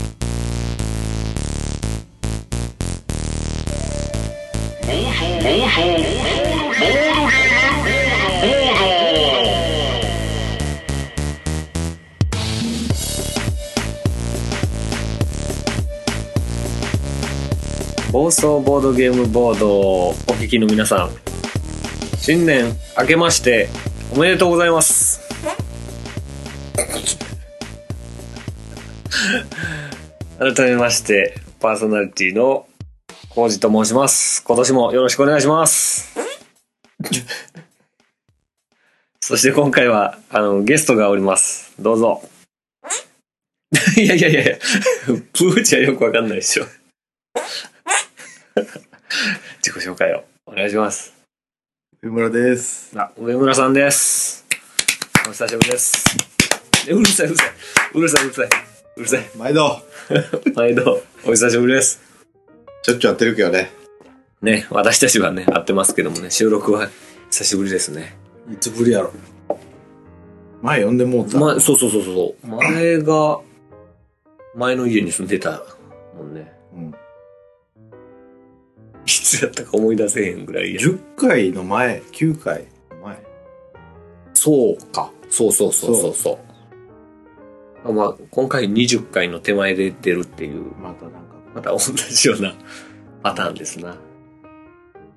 妄想妄想ボードゲームボード妄想ボードゲームボードをお聞きの皆さん新年明けましておめでとうございます改めましてパーソナリティのコウジと申します今年もよろしくお願いしますそして今回はあのゲストがおりますどうぞいやいやいやい やプーチはよくわかんないでしょ自己紹介をお願いします上村です。あ、上村さんです。お久しぶりです。えうるさい、うるさい。うるさい、うるさい。うるさい。毎度。毎度、お久しぶりです。ちょっちょやってるけどね。ね、私たちはね、会ってますけどもね、収録は久しぶりですね。いつぶりやろ。前呼んでもうた。ま、そうそうそうそう。前が、前の家に住んでたもんね。うん、いつやったか思い出せへんぐらいや。 10回の前、9回の前。そうか。そうそうそうそうそう。あまあ、今回20回の手前で出るっていう、またなんか、また同じようなパターンですな。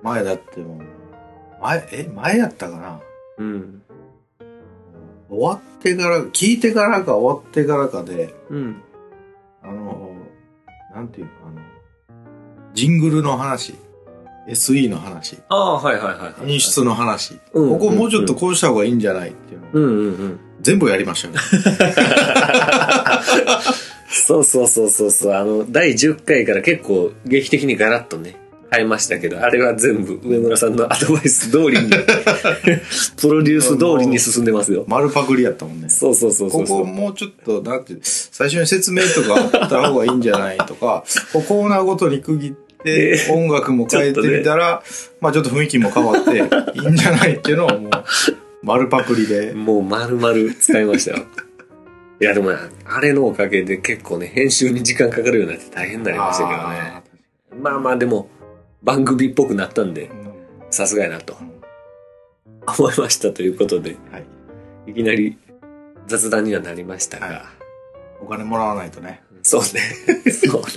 前だってもう、前、え、前やったかなうん。終わってから、聞いてからか終わってからかで、うん。あの、なんていうの、あの、ジングルの話、SE の話、ああ、はいはいはい、はい。演出の話、うんここもうちょっとこうした方がいいんじゃないっていうのを、うんうんうん。全部やりましたよね。 そうそうそうそうそう。あの、第10回から結構劇的にガラッとね、変えましたけど、あれは全部上村さんのアドバイス通 りに、プロデュース通りに進んでますよ。丸パクリやったもんね。そうそうそうそこうそう。こもうちょっと、なんていう、最初に説明とかあった方がいいんじゃない とか、こうコーナーごとに区切って、え音楽も変えてみたら、まあちょっと雰囲気も変わって、いいんじゃないっていうの をもう、丸パクリで。もう丸々使いましたよ。いやでもね、あれのおかげで結構ね、編集に時間かかるようになって大変になりましたけどね。まあまあでも、番組っぽくなったんであ、ーさすがやなと思いましたということで、はい。いきなり雑談にはなりましたが、はいお金もらわないとね。そうね。そうね。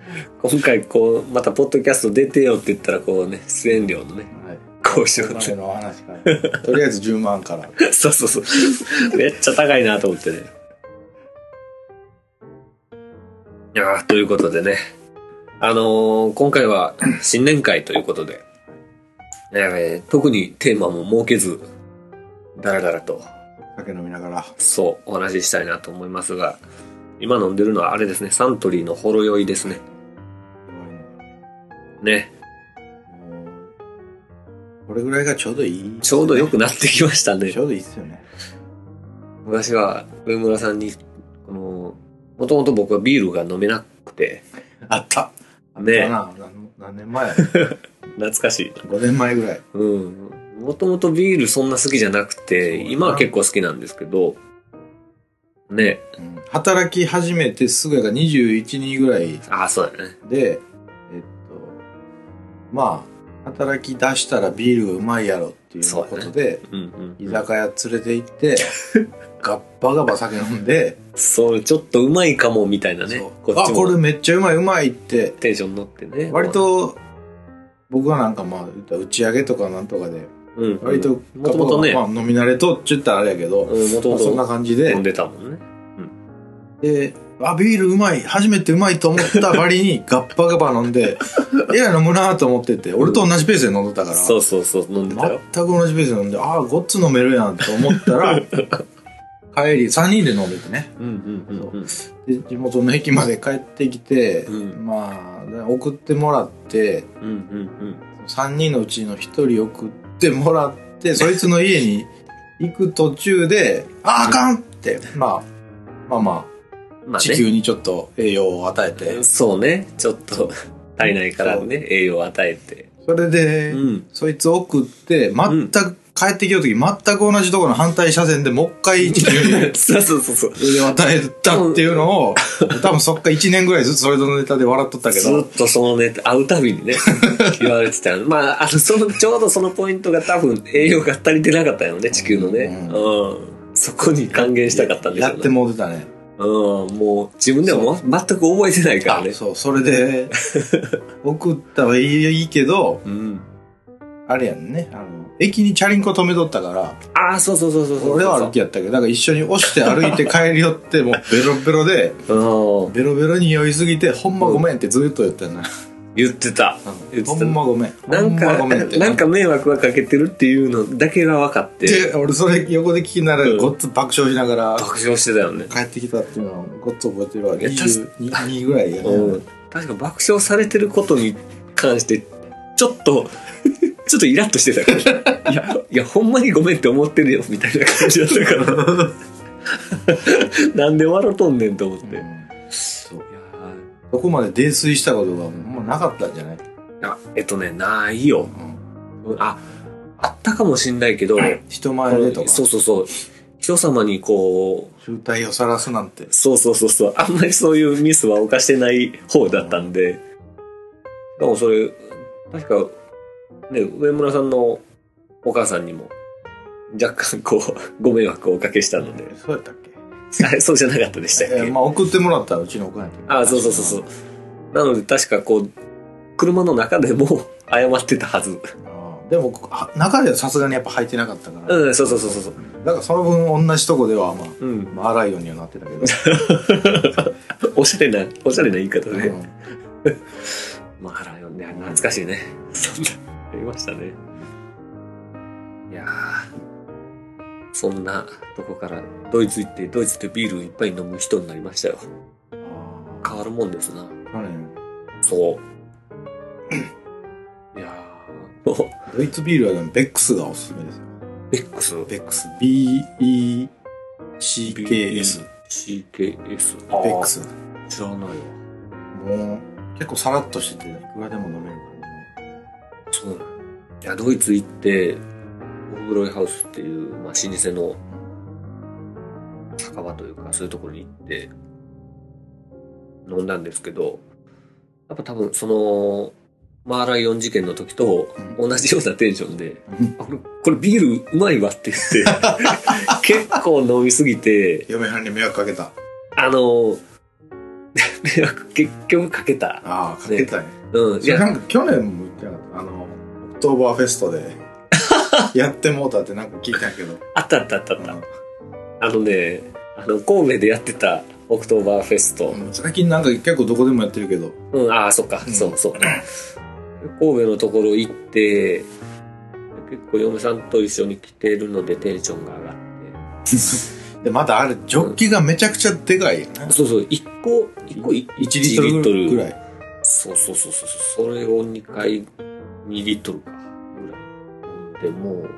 今回こう、またポッドキャスト出てよって言ったらこうね、出演料のね、はい。交渉でお金の話 から。とりあえず10万から。そうそうそう。めっちゃ高いなと思ってね。いやーということでね。あのー今回は新年会ということで、えー特にテーマも設けず、だらだらと、酒飲みながら。そう、お話ししたいなと思いますが、今飲んでるのはあれですね、サントリーのほろ酔いですね。ね、もうこれぐらいがちょうどいい。ちょうど良くなってきましたねち。ょうどいいっすよね。昔は上村さんに、この、もともと僕はビールが飲めなくて、あった。あったねえな。何何年前懐かしい。 5年前ぐらい。うん。もともとビールそんな好きじゃなくそうて、だな今は結構好きなんですけど、ね、うん働き始めてすぐやから21人ぐらいああ、そうだね。で、えっと、まあ、働き出したらビールがうまいやろっていうことで、うんう居んうん。酒屋連れて行って、ガッバガバ酒飲んで、そう、ちょっとうまいかもみたいなねそう。こっあ、ちこれもめっちゃうまいうまいって、テンション乗ってね。割、と、僕はなんかまあ、言ったら打ち上げとかなんとかで、うんうん、割とガもともッバガとバ、ね、まあ飲み慣れとって言ったらあれやけど、もとまもあそんなと感じで飲ん、でたもんね。で、あ、ビールうまい、初めてうまいと思ったば りにガッパガバ飲んで、えらい飲むなと思ってて、俺と同じペースで飲んでたから、そうそうそう、飲んでたよ。全く同じペースで飲んで、ああ、ごっつ飲めるやんと思った ら、帰り、3人で飲んでてね。うんうんうんうん。で、地元の駅まで帰ってきて、うんまあ、で送ってもらって、うんうんうん。 3人のうちの1人送ってもらって、そいつの家に行く途中 で、あー、あかんって、まあ、まあままあ、あ地球にちょっと栄養を与えてね。、そうね。ちょっと、体内からね、栄養を与えて。それで、うん。そいつ送って、全く、帰ってきようとき、全く同じところの反対車線でもう一回地球 にそうそうそうそう。腕を与えたっていうのを、多分そっか1年ぐらいずつそれぞれのネタで笑っとったけずど、っとそのね、会うたびにね、言われてたの。まあ、あの、その、ちょうどそのポイントが多分栄養が足りてなかったよね、地球のね。ううん。そこに還元したかったんでしょやうってね。もうてたね。うん、もう自分ではもう全く覚えてないからね。そう、そ れで、送ったはいいけど、うん。あれやんね、あの、駅にチャリンコ止めとったから、ああ、そうそうそうそうそう。俺は歩きやったけど、なんか一緒に押して歩いて帰り寄って、もうベロベロで、うん。ベロベロに酔いすぎて、ほんまごめんってずっと言ったんな。言ってた。言ってほたんまごめん。なんほんまか、ごめんって。なんか迷惑はかけてるっていうのだけが分かって、で、俺それ横で聞きながうら、んごっつ爆笑しながら、爆笑してたよね。帰ってきたっていうのをごっつ覚えてるわ。いや確22ぐらいやね。うん。確か爆笑されてることに関して、ちょっと、 ちょっとイラッとしてたから。いや、いや、ほんまにごめんって思ってるよ、みたいな感じだったから。 なんで笑うとんねんと思って。いやそうそこまで泥酔したことがもうなかったんじゃないーあえっとね、ないよ。あ、あったかもしんないけど、人前でとか、そうそうそう。人様にこう、集体を晒すなんて。そうそうそうそう。あんまりそういうミスは犯してない方だったんで。でもそれ、確か、ね、上村さんのお母さんにも、若干こう、ご迷惑をおかけしたの で。そうやったっけあれ、そうじゃなかったでしたっえーけ、まあ送ってもらったらうちのおかんやけどあ、そうそうそうそう。なので確かこう、車の中でも謝ってたはず。あーでもは中ではさすがにやっぱ履いてなかったから、うん、そうそうそうそうそう。だからその分同じとこではまあうん。まあ荒いようにはなってたけ ど、おしゃれな、おしゃれな言い方うで。んまあ、ライオンね、懐かしいね。そんな、ありましたね。いやー、そんなとこからドイツ行って、ドイツでビールをいっぱい飲む人になりましたよ。あ変わるもんですな。ー去年そう。いやー、もドイツビールはでもベックスがおすすめですよう、X、ベックス BECKS ベ CKS、ックス知らないわ。もう結構さらっとしてていくらでも飲めるかそうなのいや、ドイツ行って、オフブロイハウスっていう、まあ、老舗の酒場というか、そういうところに行って、飲んだんですけど、やっぱ多分、その、マーライオン事件の時と同じようなテンションで、らねあこれ、これビールうまいわって言って、 結構飲みすぎて、嫁はんに迷惑かけたあの、 迷惑結局かけた。ああかけたねうん。いいやや、なんか去年も言ってなかったあのオクトーバーフェストで やってもうたってなんか聞いたんやけど、 あったあったあったあった。うあのね、あの、神戸でやってたオクトーバーフェスト。ん、最近なんか結構どこでもやってるけ どうん、ああ、そっか、うんそうそう。神戸のところ行って、結構嫁さんと一緒に来てるのでテンションが上がっでまたあれジョッキがめちゃくちゃでかいよねて。、そうそう、一個、一個い1リットルぐらい。いそうそうそうそう。それを2回、2リットルか、ぐらい飲んで、もう、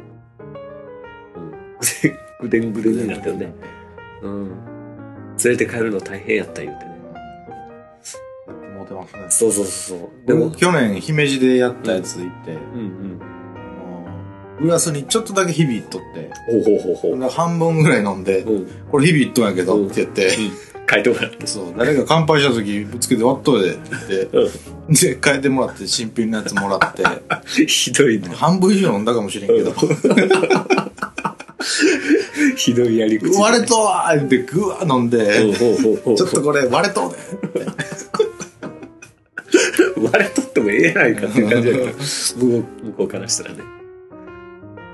うん、ぐでんぐでんになったよね。うん。連れて帰るの大変やった言うてね。やってもうてますねそうそうそうそう。ででもも、去年姫路でやったやつ行って、うんあのグラスにちょっとだけひびいっとってうん。ほうほうほうほう。半分ぐらい飲んでうん。 「これひびいっとんやけど」って言って、書いてもらって。そう誰か乾杯した時ぶつけて割っといでって言ってで変えてもらって新品のやつもら ってひどいな。半分以上飲んだかもしれんけど ひどいやり口。 「割れとわ!」ってグワー飲んほでうほうほうほ「う。ちょっとこれ割れとうで割れとってもええやないかって いう感じだけど、向こう向こうからしたらね。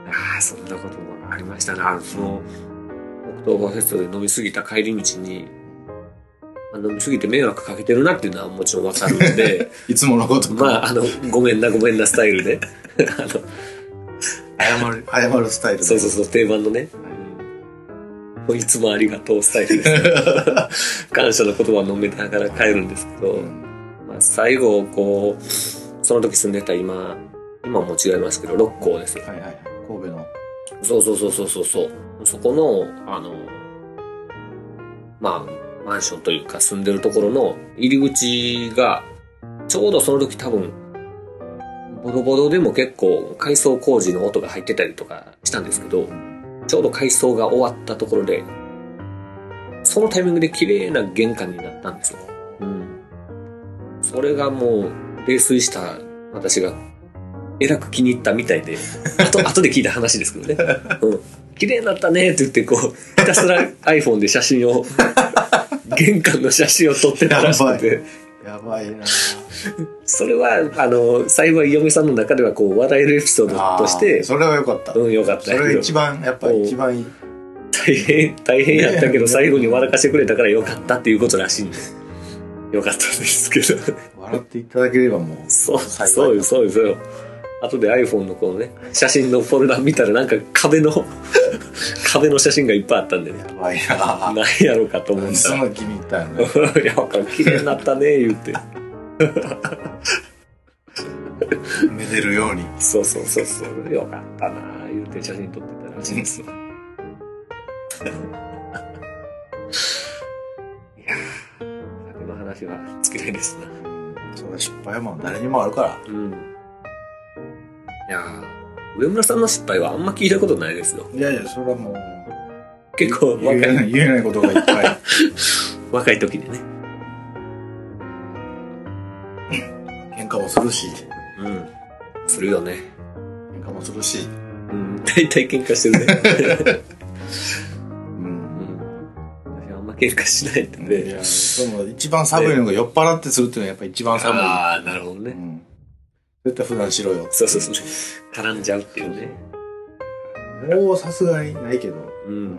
ああ、そんなこともありましたね。あの、その、オクトーバーフェストで飲みすぎた帰り道に、あ飲みすぎて迷惑かけてるなっていうのはもちろんわかるん で、いつものことまあ、あの、ごめんなごめんなスタイルで、 あの、謝る謝るスタイルでそうそうそう、定番のね。もういつもありがとうスタイル です。感謝の言葉を飲めながら帰るんですけど、うんまあ、最後、こう、その時住んでた今、今はもう違いますけど、六甲ですよ。はいはい神戸のそうそうそうそうそうそう。そこの、あの、まあ、マンションというか住んでるところの入り口が、ちょうどその時多分、ボロボロでも結構改装工事の音が入ってたりとかしたんですけど、ちょうど改装が終わったところで、そのタイミングで綺麗な玄関になったんですよ。うん。それがもう、泥酔した私が、えらく気に入ったみたいで、あ と、後で聞いた話ですけどね。うん。綺麗になったねって言って、こう、ひたすら iPhone で写真を、玄関の写真を撮ってたらしくて、やばいなそれは、あの、幸い嫁さんの中では、こう、笑えるエピソードとしてあー、それは良かった、うん、よかったそけどれが一番やっぱうん一番いい大変、大変やったけど、最後に笑かしてくれたからよかったっていうことらしいんで。よかったですけど。笑っていただければもうそう、幸いそうよ、そうよ、そうよ。後で iPhone のこのね、写真のフォルダ見たらなんか壁の、 壁の写真がいっぱいあったんでね。やばいななんやろうかと思っそたの気に入ったよね ら。いや、わかる綺麗になったね、言って。めでるようにそうそうそうそう。よかったな、言って写真撮ってたらしいです。いやー酒の話は尽きないですな。その失敗はもう誰にもあるからうん。いやー上村さんの失敗はあんま聞いたことないですよ。いやいやそれはもう結構言え若いない言えないことがいっぱい若い時でね。喧嘩もするしうん。するよね。喧嘩もするしうん。大体喧嘩してるね。 うんうん。私あんま喧嘩しないんでいやでも一番寒いのが酔っ払ってするっていうのはやっぱ一番寒い、ああ、なるほどうね。ん、絶対普段しろよそうそうそう。絡んじゃうっていうね。もうさすがにないけどうん。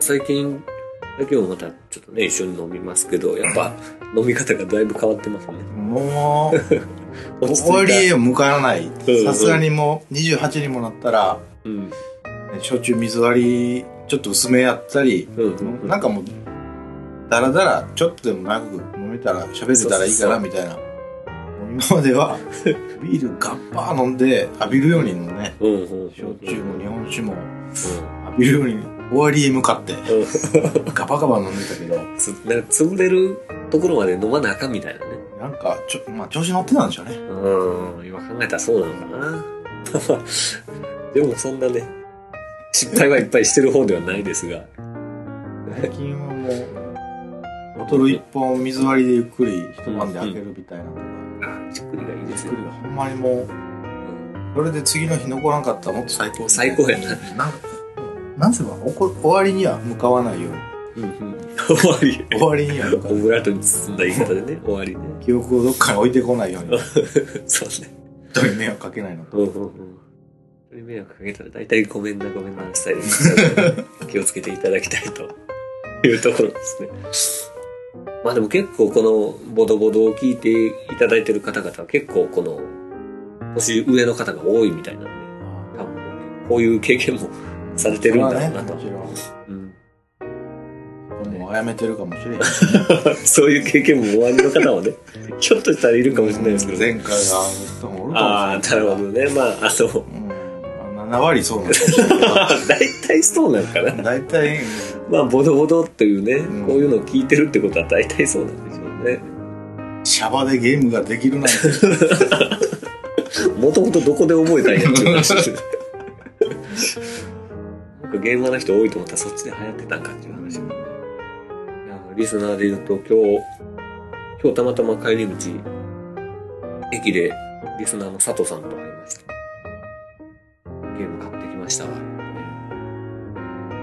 最近、最近もまたちょっとね、一緒に飲みますけど、やっ ぱ飲み方がだいぶ変わってますね。もう落ち着いた終わりへ向かないうんさすがにもう28にもなったらうん。ね焼酎水割りちょっと薄めやったり、うんうんうんなんかもうだらだらちょっとでも長く飲めたら喋れたらそうそいいかなうそうみたいなもう今までは ビールガッパー飲んで浴びるようにもねうんうん。焼酎も日本酒もう浴びるように終わりへ向かってん。うん。ガバガバ飲んでたけどつなんか潰れるところまで飲まなあかんみたいなね。なんかちょ、まあ、調子乗ってたんでしょうねうん、今考えたらそうな のかな。でもそんなね、失敗はいっぱいしてる方ではないですが。最近はもうボトル一本水割りでゆっくり一晩で開けるみたいなのがあじっくりがいいです作よ。るがほんまにもううんそれで次の日残らんかったらもっと最高最高やななんかなんせばおこ終わりには向かわないように終わり。終わりには向かオわないブラートに包んだ言い方でね、終わりね。記憶をどっかに置いてこないよう にそうね。人に迷惑かけないのとうんうんうん。人に迷惑かけたら大体ごめんなごめんな スタイルにしちゃうので気をつけていただきたいというところですね。まあでも結構このボドボドを聞いていただいてる方々は結構この年上の方が多いみたいなんで、多分ねこういう経験もされてるんだろうなと。それはね うもんちろんもうやめてるかもしれないそういう経験も終わりの方はね、ひょっとしたらいるかもしれないですけど。前回がある人もおるかあもあ、しなれないるほどね。まあ、あ の、うんまあ7割 そうなんですけど大体そうなんかな。大体まあボドボドっていうね、んこういうのを聞いてるってことは大体そうなんでしょうねシャバでゲームができる なんてもともとどこで覚えたんやっちゅう話なんかゲーマーの人多いと思ったらそっちで流行ってたんかっていう話だねいやリスナーで言うと今日今日たまたま帰り道駅でリスナーの佐藤さんと会いましたゲーム買ってきましたわ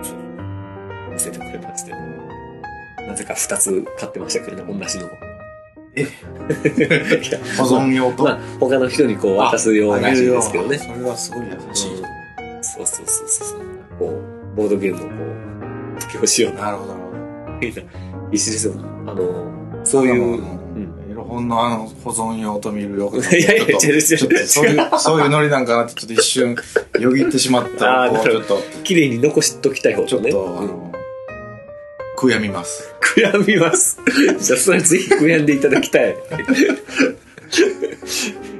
そう見せてくれましてなぜか2つ買ってましたけどね同じの えいや保存用とまあ、他の人にこう渡すようらしいですけどね。それはすごい優しい、うんそうそうそうそう。こう、ボードゲームをこう、布教しようなるほどなるほどみたいな。一緒ですよ。あの、そういう、エロ本のあの保存用と見る用いやいや違う違うちょっとそういうそういうノリなんかなってちょっと一瞬よぎってしまったあーこうなちるょっと綺麗に残しときたい方ちょとっね。とあうんの悔やみます悔やみ ます。じゃあ、それぜひ悔やんでいただきたい。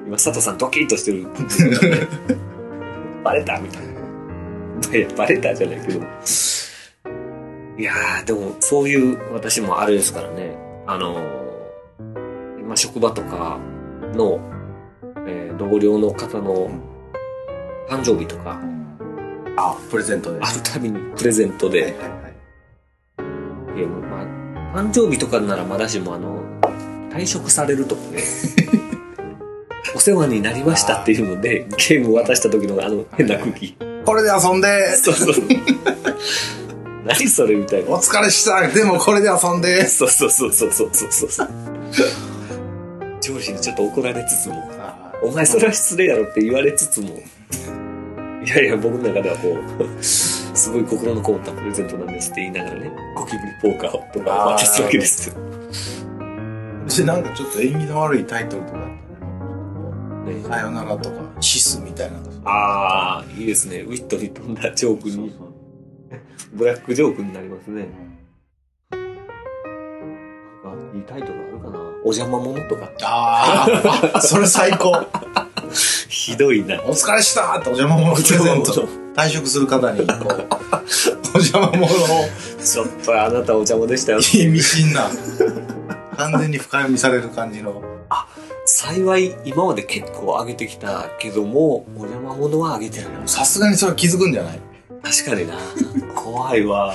今、佐藤さんドキッとしてる。バレたみたいな。いや、バレたじゃないけど。いやー、でも、そういう私もあれですからね。あのーまあ、職場とかの、えー同僚の方の誕生日とか、あプレゼントであるたびにプレゼントで、はいはいいや、まあ、誕生日とかならまだしも、あの、退職されるとか ね。お世話になりましたっていうので、ゲーム渡した時のあの変な空気。これで遊んでそうそう。 何それみたいおな。疲れしたでもこれで遊んでそうそうそうそうそうそうそう。上司にちょっと怒られつつも、お前それは失礼やろって言われつつも、いやいや、僕の中ではこう、 すごい心のこもったプレゼントなんですって言いながらね、ゴキブリポーカーとか渡すわけですよ。でなんかちょっと縁起の悪いタイトルとかあっねたねさよならとかシスみたいなのああ、いいですね。ウィットに飛んだジョークに、ブラックジョークになりますね。なんか、いいタイトルあるかなお邪魔者とか。あーあそれ最高ひどいな。お疲れしたってお邪魔者をプレゼント退職する方にこうお邪魔者をちょっとあなたお邪魔でしたよ。意味深な完全に深読みされる感じの幸い、今まで結構上げてきたけども、お邪魔者は上げてない。さすがにそれは気づくんじゃない確かにな。怖いわ。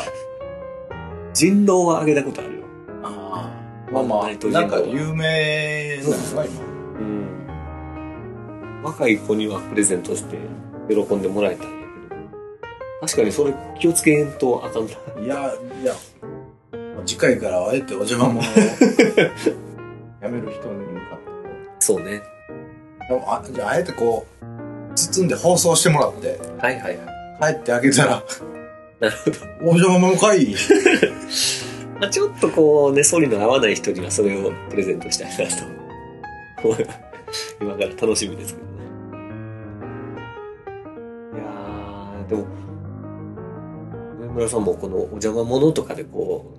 人狼は上げたことあるよ。あーまあまあ割となんか有名なのが今うん。若い子にはプレゼントして喜んでもらいたいんやけど。確かにそれ気をつけんとあかんな。いや、いや、次回からはあえてお邪魔 者をやめる人に向かってこそうね。うでもあ、じゃああえてこう、包んで放送してもらって、はいはいはい。帰ってあげたら、なるほど。お邪魔者かいまあ、ちょっとこうね、ソリの合わない人にはそれをプレゼントしたいなと。今から楽しみですけどね。いやー、でも、上村さんもこのお邪魔者とかでこ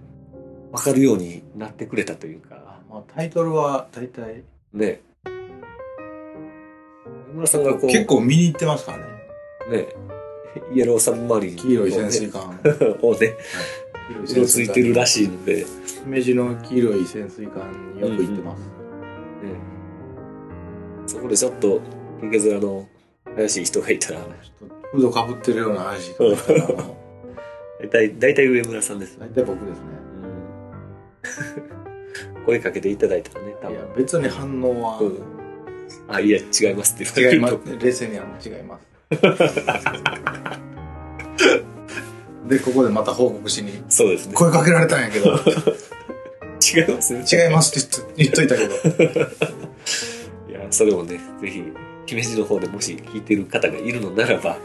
う、わかるようになってくれたというか。まあ、タイトルは大体、ね上村さんがこう、結構見に行ってますからね。ねイエローサブマリン黄色い潜水艦。をね、うろついてるらししい。いんで、ね姫路の黄色い潜水艦によく行ってます。そこでちょっと、受け面の怪しい人がいたら、ちょっとフードかぶってるような話がしたら、も大体、大体上村さんですうね。大体僕ですね。 声かけていただいたらね、多いや分。、別に反応は、うんあ、いや、違いますって言わ違れいま るすと。。冷静には違います。 で、ここでまた報告しに、そうですね。声かけられたんやけど、違いますね。違いますって言っと言っといたけ ど、いや、それもね、ぜひ、姫路の方でもし聞いてる方がいるのならば、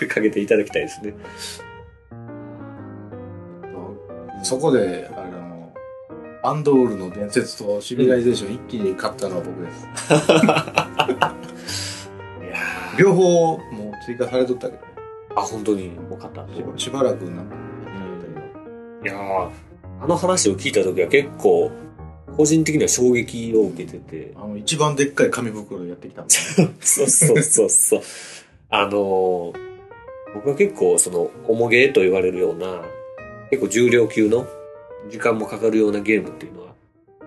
声かけていただきたいですね。そこで、あの、アンドールの伝説とシビライゼーション一気に勝ったのは僕です。いや両方もう追加されとったけあ、本当に多かった。ど、しばらくなんか、いやーあの話を聞いた時は結構、個人的には衝撃を受けてて、あの、一番でっかい紙袋やってきたんで。そうそうそうそう。あのー僕は結構、その、重げと言われるような、結構重量級の、時間もかかるようなゲームっていうのは、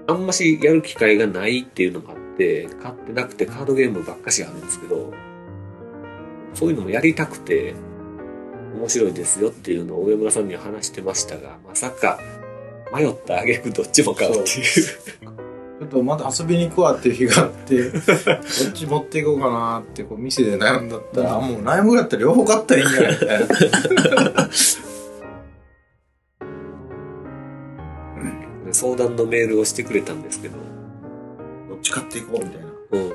あんましやる機会がないっていうのもあって、買ってなくてカードゲームばっかしあるんですけど、そういうのもやりたくて、面白いですよっていうのを上村さんには話してましたが、まさか、迷った挙句どっちも買うっていう。ちょっとまだ遊びに行くわっていう日があって、どっち持っていこうかなって、こう、店で悩んだったら、あもう悩むぐらいだったら両方買ったらいいんじゃないみたい な。 相談のメールをしてくれたんですけど、どっち買っていこうみたいな。うん。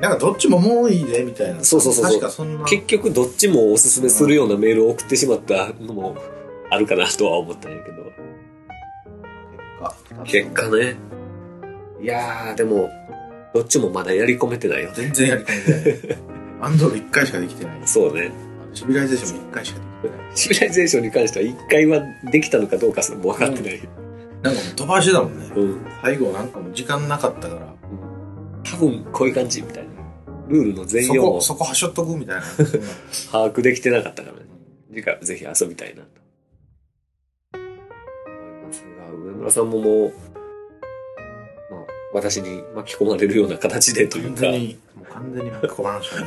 なんかどっちももういいでみたいな。そうそうそうそう確かそんな。結局どっちもおすすめするようなメールを送ってしまったのもあるかなとは思ったんやけど果結果ねいやーでもどっちもまだやり込めてないよね全然やりたい んで。アンドロイド1回しかできてない。そうねシビライゼーションも1回しかできてない。シビライゼーションに関しては1回はできたのかどうかすらも分かってない、なんかもう飛ばしてたもんね。うん最後なんかもう時間なかったから。多分こういう感じみたいなルールの全そ容こをそこはしょっとくみたいな把握できてなかったからね。次回はぜひ遊びたいなと。思いますが、上村さんももう、まあ、私に巻き込まれるような形でという完か全、にもう完全に巻き込まれましたね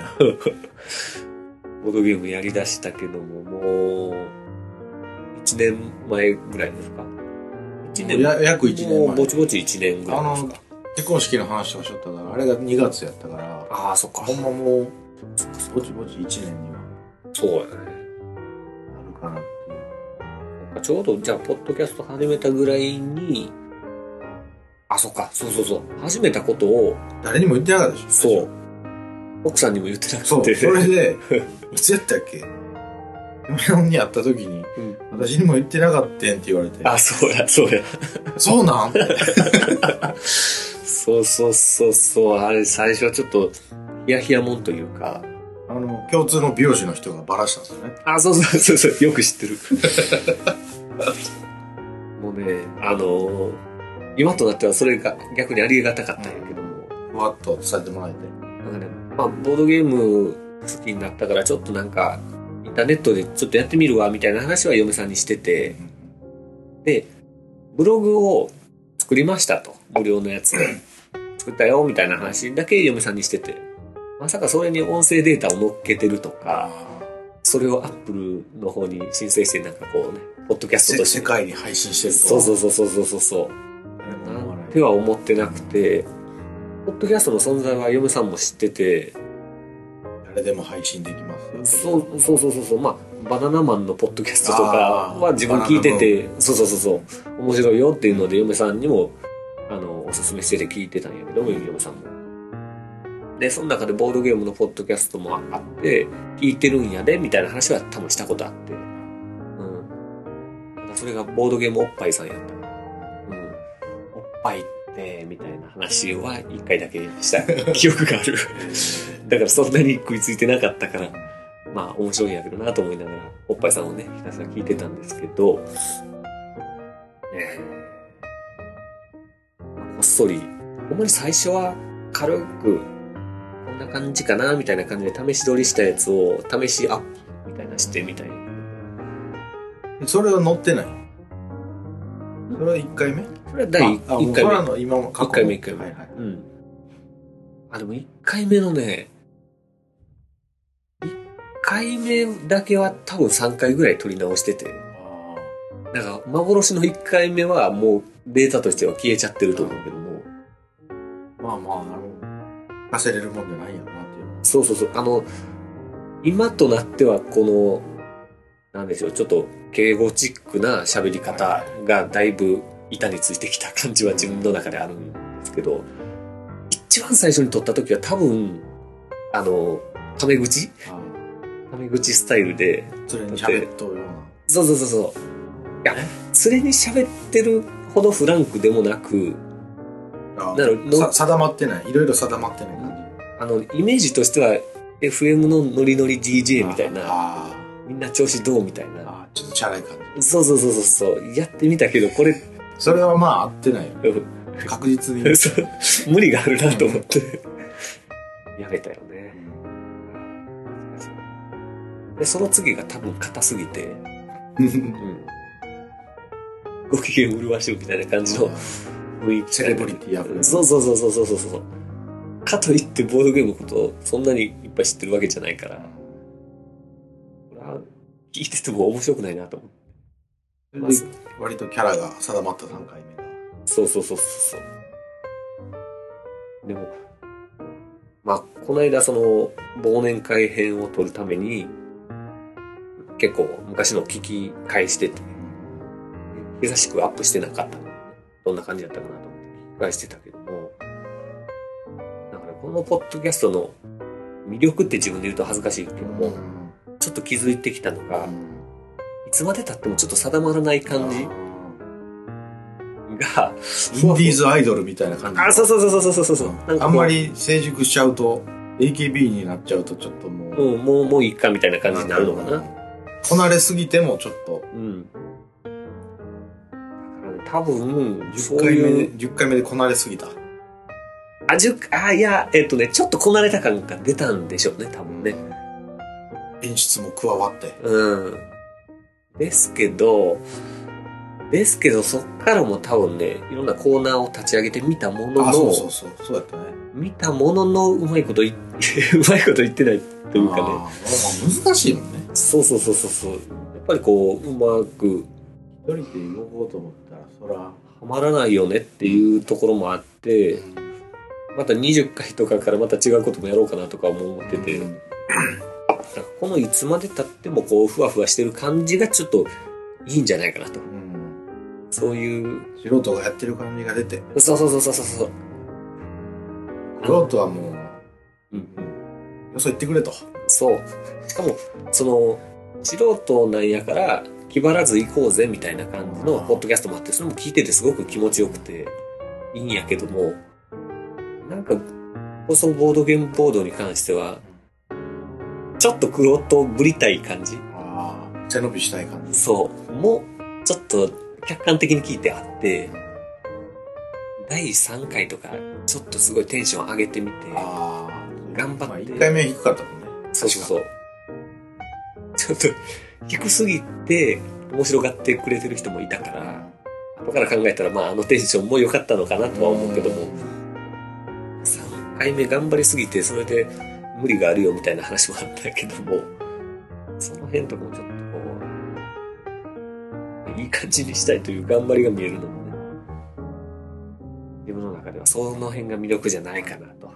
ボードゲームやりだしたけども、もう、1年前ぐらいですか ?1 もうや約1年もう前ぼちぼち1年ぐらいですか結婚式の話とかしとったからあれが2月やったからああー、そっかほ。んまもうぼちぼち1年にはそうやね。なるかなっていうなんかちょうどじゃあポッドキャスト始めたぐらいにあそっかそうそうそう始めたことを誰にも言ってなかったでしょそう奥さんにも言ってなそくうてそれでいつやったっけ嫁に会った時に、うん私にも言ってなかったんって言われてあそうやそうやそうなんってそうそうそうそうあれ最初はちょっとヒヤヒヤもんというかあの共通の美容師の人がバラしたんですよねあそうそうそうそうよく知ってる もうねあの今となってはそれが逆にありがたかったんやけども、ふわっと伝えてもらえてなんかね、まあ、ボードゲーム好きになったから、ちょっとなんか、インターネットでちょっとやってみるわ、みたいな話は嫁さんにしてて、で、ブログを作りましたと。無料のやつで。作ったよ、みたいな話だけ嫁さんにしてて。まさかそれに音声データを乗っけてるとか、それをアップルの方に申請して、なんかこうね、ポッドキャストせとして世。界に配信してるとそうそううそうそうそうそうそう。思わななんいては思ってなくて、ポッドキャストの存在は嫁さんも知ってて、誰でも配信できますそうそうそうそうそうまあバナナマンのポッドキャストとかは自分聞いててそうそうそうそう面白いよっていうので嫁さんにもあのおすすめしてて聞いてたんやけども嫁さんも。でその中でボードゲームのポッドキャストもあって聞いてるんやでみたいな話は多分したことあって、うん、それがボードゲームおっぱいさんやったから、うん、おっぱいってみたいな話は一回だけした記憶があるだからそんなに食いついてなかったからまあ面白いんやけどなと思いながら、おっぱいさんをね、ひたすら聞いてたんですけど、えーこっそり、ほんまに最初は軽く、こんな感じかな、みたいな感じで試し撮りしたやつを試しアップみたいなしてみたいな。それは載ってないそれは1回目それは第ああもう1回そ目れは。の今も過去一回目一回目はいはいうん。あ、でも1回目のね、1回目だけは多分3回ぐらい撮り直してて。なんか、幻の1回目はもうデータとしては消えちゃってると思うけども、まあまああの出せれるもんじゃないんやろなっていうそうそうそう、あの、今となってはこの、なんでしょう、ちょっと敬語チックな喋り方がだいぶ板についてきた感じは自分の中であるんですけど、一番最初に撮った時は多分、あの、タメ口あタメ口スタイルで、あそれに喋っとるようなそうそうそうそう。いや、連れに喋ってるほどフランクでもなく、あなるさ定まってないいろいろ定まってない感あの、イメージとしては、FM のノリノリ DJ みたいあな、あみんな調子どうみたいな。ああちょっとチャラい感じそうそうそうそうそう、やってみたけど、これ、それはまあ合ってないよねうん確実にそう無理があるなと思って。やめたよね。で、その次が多分硬すぎて、 ご機嫌麗しいみたいな感じの雰囲気。セレブリティやふれるそうそうそうそうそうそうそう。かといってボードゲームのことをそんなにいっぱい知ってるわけじゃないから、これは聞いてても面白くないなと思って。まあで割とキャラが定まった3回目がそうそうそうそうそう。でも、まあ、この間その忘年会編を撮るために、結構昔の聞き返してて、久しくアップしてなかったのでどんな感じだったかなと思って聞き返してたけども、だからこのポッドキャストの魅力って自分で言うと恥ずかしいけども、ちょっと気づいてきたのが、いつまで経ってもちょっと定まらない感じあが、ーインディーズアイドルみたいな感じあ、そうそうそうそうそうそうそう。なんかこうあんまり成熟しちゃうと AKB になっちゃうとちょっともう、うん、もう、もういいかみたいな感じになるのかな。こなれすぎてもちょっとうん。多分、そ10う回い目でう、 10回目でこなれすぎた味を、あ、いや、えっとね、ちょっとこなれた感が出たんでしょうね、多分ね。演出も加わって。うん。ですけど、ですけど、そっからも多分ね、いろんなコーナーを立ち上げてみたものの、あ、そうそうそう。そうやったね。見たものの、うまいことい、 うまいこと言ってないというかあーね。まあ難しいもんね。そうそうそうそうそう。やっぱりこう、うまく一人で動こうと思ったら、そら。はまらないよねっていうところもあって、また20回とかからまた違うこともやろうかなとかも思ってて、うんなんかこのいつまで経ってもこう、ふわふわしてる感じがちょっといいんじゃないかなと。うんそういう、素人がやってる感じが出て。そうそうそうそうそう。素人はもう、うんうんよそ行ってくれと。そう。しかも、その、素人なんやから、気張らず行こうぜみたいな感じのポッドキャストもあって、それも聞いててすごく気持ちよくていいんやけども、なんか、そのボードゲームボードに関しては、ちょっとクロとぶりたい感じああ。背伸びしたい感じ。そう。も、ちょっと客観的に聞いてあって、第3回とか、ちょっとすごいテンション上げてみて、ああ。頑張ってまあ一回目は低かったもんね。そうそうそう。ちょっと、低すぎて、面白がってくれてる人もいたから、後から考えたら、まあ、あのテンションも良かったのかなとは思うけども、3回目頑張りすぎて、それで無理があるよみたいな話もあったけども、その辺とかもちょっとこう、いい感じにしたいという頑張りが見えるのもね、自分の中ではその辺が魅力じゃないかなと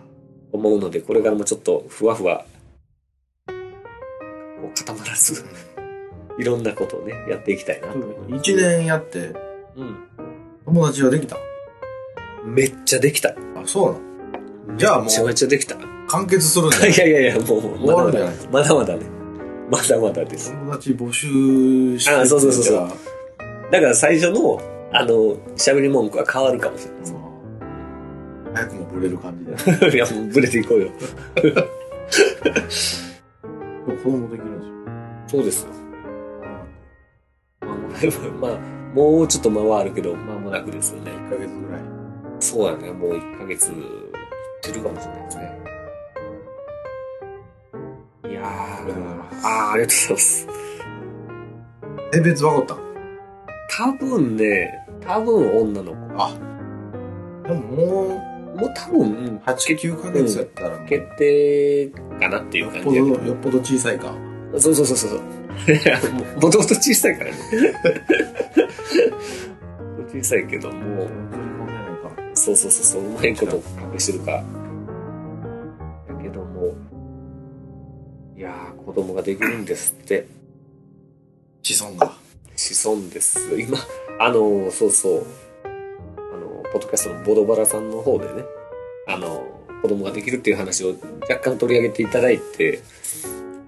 思うので、これからもちょっとふわふわこう固まらず、 いろんなことをね、やっていきたいなと思います。一。年やって、うん。友達はできた。めっちゃできた。あ、そうなの。じゃあもうめちゃめちゃできた。い 完結するんじゃないやいやいや、もう、終わるまんじだゃないまだまだね。まだまだです。友達募集してあそうそうそうそうじゃあだから最初の、あの、喋り文句は変わるかもしれないうん早くもブレる感じい で。や、もうブレていこうよ。子供できるんですよ。そうですよ。まあ、もうだいぶまあ、もうちょっと間はあるけど、間もなくですよね。 1ヶ月ぐらい。そうやね。もう1ヶ月、切るかもしれないですね。いやありがとうござー、いますあー、ありがとうございます。性別分かっ多分ね、多分女の子。たでももう、もう多分、うん8、9ヶ月やったらもう、決定かなっていう感じやよっぽどよっぽど小さいか。けど。そうそうそう そうそう。ももともと小さいからね。 小さいけども、取り込めないか。そうそうそうそう、うまいこと隠してるか。だけども、いやー、子供ができるんですって。子孫が。子孫です。今、あの、そうそう、あの、ポッドキャストのボドバラさんの方でね、あの、子供ができるっていう話を若干取り上げていただいて、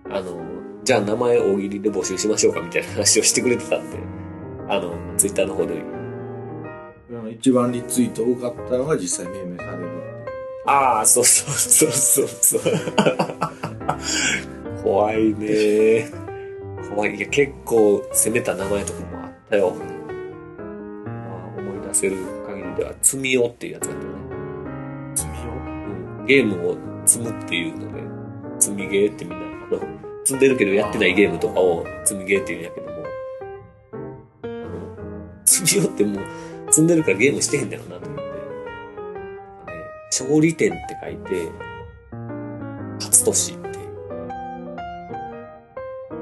あの、じゃあ名前大喜利で募集しましょうかみたいな話をしてくれてたんで、あの、ツイッターの方で、一番リツイート多かったのが実際命名される。ああ、そうそうそうそう そう。怖いね。怖い。いや、結構攻めた名前とかもあったよ。まあ、思い出せる限りでは、積みよっていうやつだったね。罪をうん。ゲームを積むっていうので、積みゲーってみんな、あの、積んでるけどやってないゲームとかを積みゲーって言うんやけども、あの、積みよってもう、積んでるからゲームしてへんだろうなと思って。ね勝利点って書いて、勝年っていう。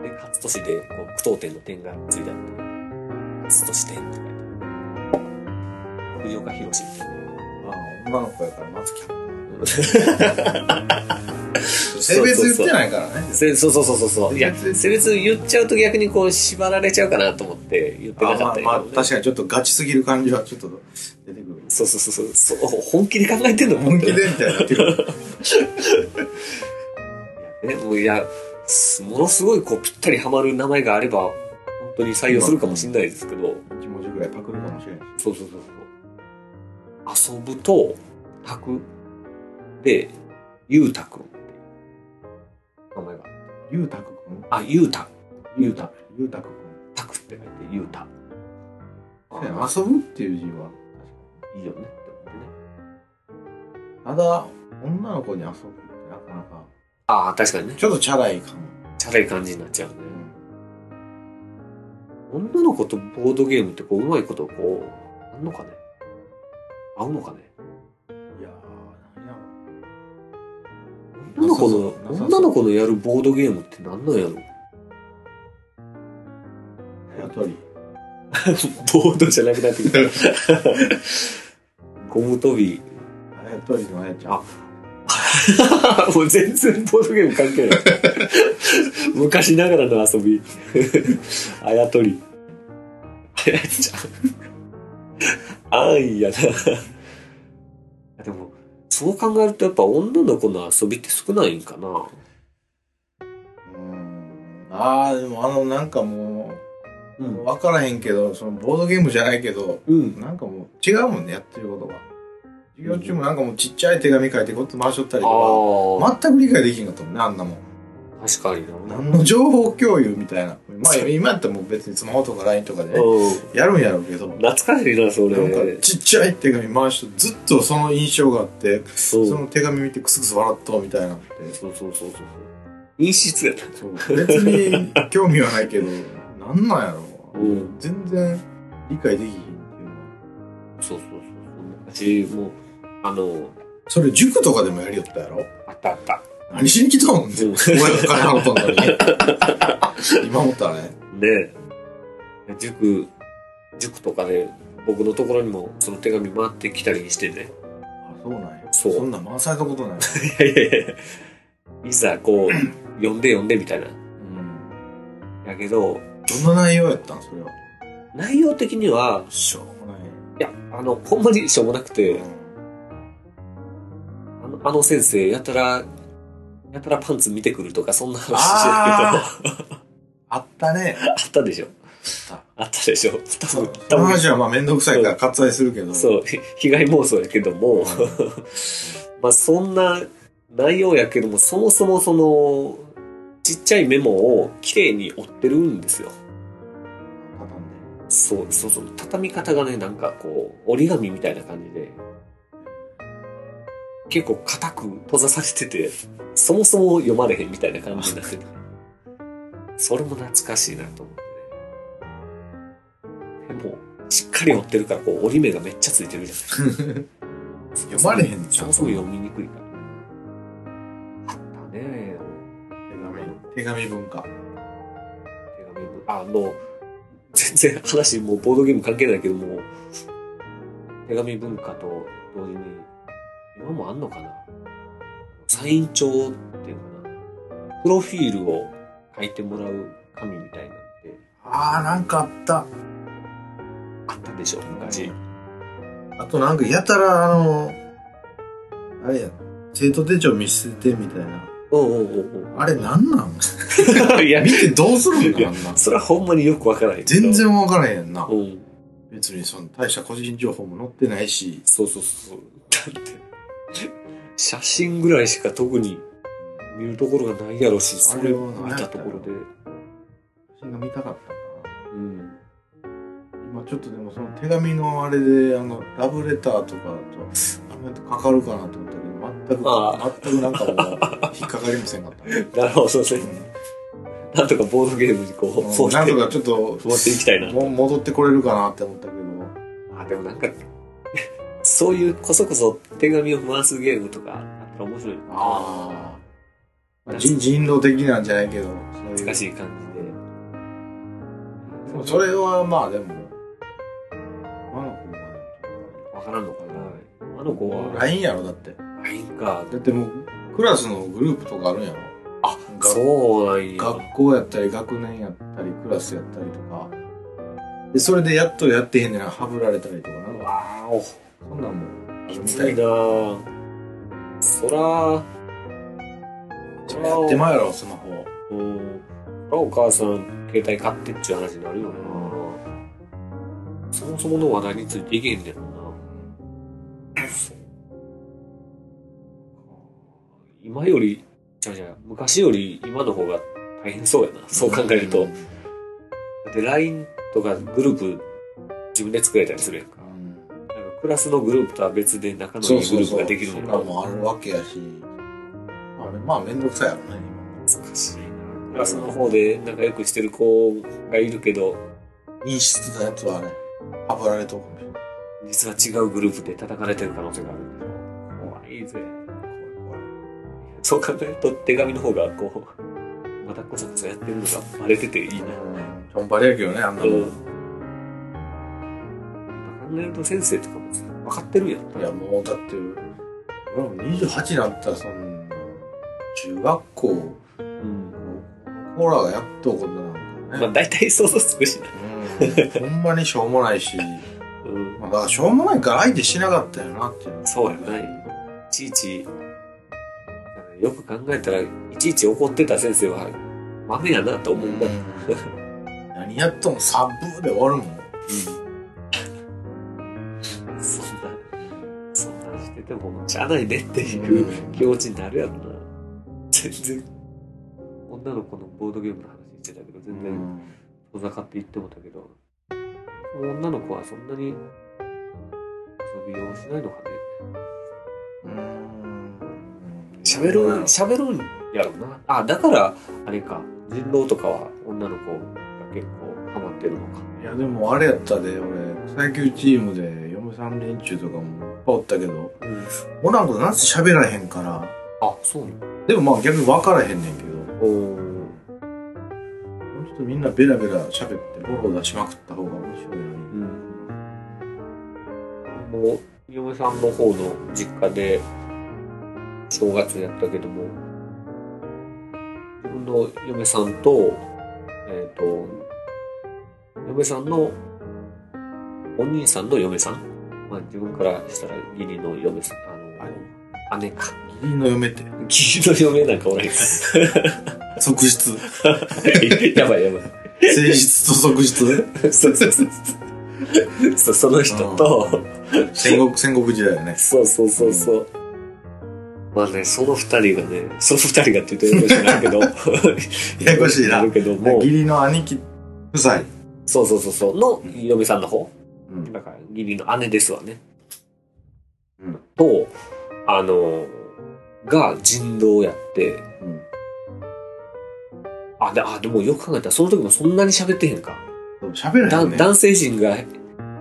で、勝年で、こう、句読点の点がついてあって、勝年点って書いてある。藤岡 弘みたいな。ああ、女の子やから待つきゃ。性性別言っ別言っててなないからね。せそうそうそうそうそう。いや、性別性別言っちゃうと逆にこう縛られちゃうかなと思って言ってあなあかまったあけどまあ、ね確かにちょっとガチすぎる感じはちょっと出てくる。そうそうそうそうそう。本気で考えてんの本気でみたいになってくる。ね、もういや、すものすごいこうぴったりハマる名前があれば、本当に採用するかもしれないですけど、気持ちぐらいパクるかもしれないそうそうそうそう。遊ぶと、たく、で、ゆうたくんっていう名前が。ゆうたくくんあ、ゆうた、ゆうた。ゆうたくくん。たくって書いて、ゆうた。あ遊ぶっていう字は、いいよねって思ってね。ただ、女の子に遊ぶってなかなか、ああ、確かにね。ちょっとチャラいかも。チャラい感じになっちゃうね。女の子とボードゲームってこう、うまいことこう、あんのかね合うのかねいやー、なんや女の子のなさそうなさそう女の子のやるボードゲームって何なんやろろ。やとり。 ボードじゃなくなってきた。ゴム跳び。あやとりのあやちゃん。あ もう全然ボードゲーム関係ない。 昔ながらの遊び。 あやとり。あやちゃん。あんや な。でも、そう考えるとやっぱ女の子の遊びって少ないんかな。うーん。あー、でもあの、なんかもうう、。わからへんけど、そのボードゲームじゃないけど、うん。なんかもう違うもんね、やってることが。授業中もなんかもうちっちゃい手紙書いてこうやって回しとったりあとあ、か、全く理解できんかったもんね、あんなもん。確かにな。何の情報共有みたいな。まあ今やったらもう別にスマホとか LINE とかでね、うん。やるんやろうけど、なんか懐かしいな、それ。ちっちゃい手紙回してずっとその印象があって、そうその手紙見てクスクス笑っとみたいなのって。そうそうそうそう。陰湿やった。そう別に興味はないけど、なんなんやろうん。全然理解できひんっていうのは。そうそうそう。昔もう、あの、それ塾とかでもやりよったやろあったあった。何しに来たもんね。うん親が金払 ったのに。今思ったらね。ねえ。塾、塾とかで、僕のところにもその手紙回ってきたりしてね。 あ、そうなんや。そうんなん回されたことない。いやいやいや。いざこう、読んで読んでみたいな。うん。やけど、どんな内容やったんそれは。内容的には、しょうもない。いや、あの、ほんまにしょうもなく て、あのあの先生、やたら、やたらパンツ見てくるとか、そんな話してああったね。 るけど、あったでしょたあったでしょ多そ分、多の分話はまあ面倒くさいから割愛するけど。そう、ひ被害妄想やけども、 まあそんな内容やけども、そもそもその、ちっちゃいメモを綺麗に折ってるんですよ。畳んで。そうそうそう、畳み方がね、なんかこう、折り紙みたいな感じで、結構硬く閉ざされてて、そもそも読まれへんみたいな感じになってて、それも懐かしいなと思ってね。でも、しっかり折ってるから、こう、折り目がめっちゃついてるじゃない 読まれへんじそゃん。もそも読みにくいから。あったね。手紙。手紙文化。手紙文あの、全然話もうボードゲーム関係ないけども、手紙文化と同時に、今もあんのかなサイン帳っていうのかなプロフィールを書いてもらう紙みたいなのってああ、なんかあった。あったでしょ昔。あとなんかやたらあの、あれや、生徒手帳見せてみたいな。うんうんうんあれなんなんうん。いや見、てどうするんいだやあんな。それはほんまによくわからないけど全。然わからへんなう。ん。別にその大した個人情報も載ってないし。そうそうそう。だって、写真ぐらいしか特に見るところがないやろし、そあれれをは見たところで。写真が見たかったかうん。な。今ちょっとでもその手紙のあれで、あの、ラブレターとかと、あんまりかかるかなと思ったけあど、全く、全くなんかもう、引っかかりませんかったね。なるほど、 そううんね。なんとかボードゲームにこう、も持うってなんとかちょっと、持っていきたいな。も戻ってこれるかなって思ったけど。あ、でもなんか、そういうこそこそ手紙を回すゲームとかあったら面白いな。ああ。人人道的なんじゃないけど、そういう難。しい感じで。でもそれはまあでも、マナ君わからんのかな。あの子はは、 LINE やろだって。 LINE か。だってもう、クラスのグループとかあるんやろあ、がそうなんや。学校やったり、学年やったり、クラスやったりとか。で、それでやっとやってへんねんな、はぶられたりとか、なんか、わーお。そんなんもあるきみつたいいなな。ぁ。そら、そらやってまうやろ、スマホ。うん、そらお母さん、携帯買ってっちゅう話になるよな、そもそもの話題についていけへんねやろな。そう今より、じゃあじゃあ昔より今の方が大変そうやな。そう考えると。んだって LINE とかグループ自分で作れたりするやんか。うんなんかクラスのグループとは別で仲のいいグループができるのとがかもあるわけやし。あれ、まあ、めんどくさいやろね、難しいなクラスの方で仲良くしてる子がいるけど今。陰湿なやつはね、あぶられとくね。実は違うグループで叩かれてる可能性がある怖いぜそう考えると手紙の方がこうまたこそこそやってるのがバレてていいなちょんばりやけどね、あんなうの。ん考えると先生とかもさ分かってるやんいや、もう、だって、俺も28になったら、その、中学校、コーラがやっとうことなんまだよあね。大体想像つくしな、うん、ほんまにしょうもないし、うん、まあ、だからしょうもないから相手しなかったよなっていうのそうやないいちいちよく考えたらいちいち怒ってた先生は豆やなと思うんだ、うん何やっともサブで終わるもん。そんな、そんなしてても、しゃあないねっていう気持ちになるやろな。全然、女の子のボードゲームの話してたけど、全然遠ざかっていってもたけど、女の子はそんなに遊びをしないのかね。喋る、喋るんやろな。あ、だから、あれか、人狼とかは女の子が結構ハマってるのか。いやでもあれやったで俺最強チームで嫁さん連中とかもいっぱいおったけどおらんことなんせ喋らへんからあ、そうなのでもまあ逆に分からへんねんけどおもうちょっとみんなベラベラ喋ってボロボロ出しまくった方が面白いのにもう嫁さんの方の実家で正月やったけども自分の嫁さんとえっ、と嫁さんのお兄さんの嫁さん、まあ、自分からしたら義理の嫁さんあの姉か義理の嫁って義理の嫁なんかおらへんか即室らやばいやばい性質と即室そうそうそうそうその人と、戦国戦国時代よねそうそうそうそう。まあね、その二人がね、その二人がって言ってるかしないけど、ややこしいなるけども義、理の兄貴夫妻そうそうそうそう、の嫁さんの方、うんだから義理の姉ですわね。うんと、あの、が人狼やって、うんあ、であでもよく考えたら、その時もそんなに喋ってへんか。そう喋らだへんねん男性陣が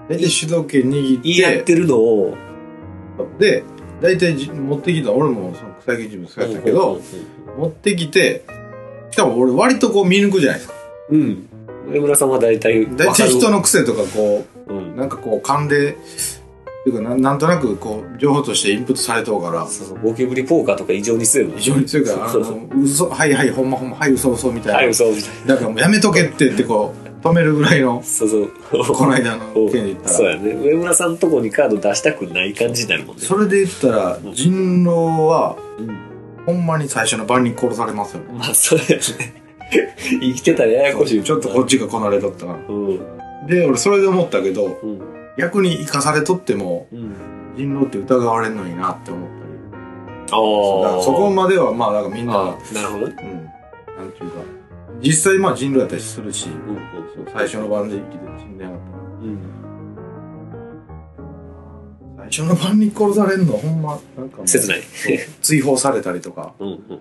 大体主導権握って言い合ってるのを、で大体じ持ってきた俺もその草木自分使ってたけうどん、持ってきてしかも俺割とこう見抜くじゃないですかうん。上村さんは大体、大体人の、の癖とかこうんう、なんかこう勘でっていうかななんとなくこう情報としてインプットされとうからそうそうゴキブリポーカーとか異常に強いもん非常に強いからあそうそうの嘘はいはいほんまほんまはい嘘嘘みたいな、はいそうみたいだからもうやめとけって言ってこう止めるぐらいのなそうそうこの間の件で言ったらそうやね上村さんのとこにカード出したくない感じになるもんねそれで言ったらうん人狼はうんほんまに最初の晩に殺されますよねまあそうやね生きてたらややこしいもんなちょっとこっちがこなれとったからうんで俺それで思ったけどうん逆に生かされとってもうん人狼って疑われんのになって思ったりああだからそこまではまあなんかみんなあなるほどねうんなんていうか実際まあ人狼やったりするしうんそう最初の晩で生きて死んでなかったからうん最初の晩に殺されるのはほんまなんかもう切ないそう追放されたりとかうんうん